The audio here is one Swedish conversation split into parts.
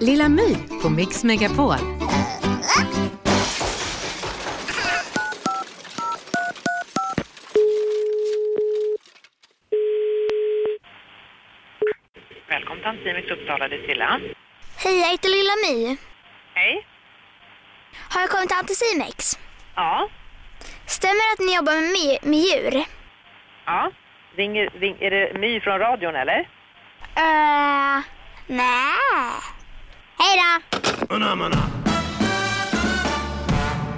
Lilla My på Mix Megapol. Välkommen till Antimics Uppsala, det är Silla. Hej, jag heter Lilla My. Hej. Har jag kommit till Anticimex? Ja. Stämmer det att ni jobbar med, my- med djur? Ja. Ringer, ring, är det My från radion eller? Uh, nej. Hej då!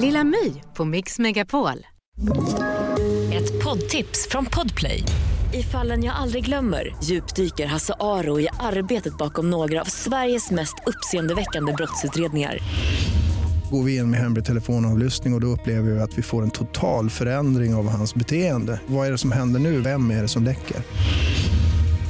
Lilla My på Mix Megapol. Ett poddtips från Podplay. I fallen jag aldrig glömmer djupdyker Hasse Aro i arbetet bakom några av Sveriges mest uppseendeväckande brottsutredningar. Går vi in med hemlig telefonavlyssning och, och då upplever vi att vi får en total förändring av hans beteende. Vad är det som händer nu? Vem är det som läcker?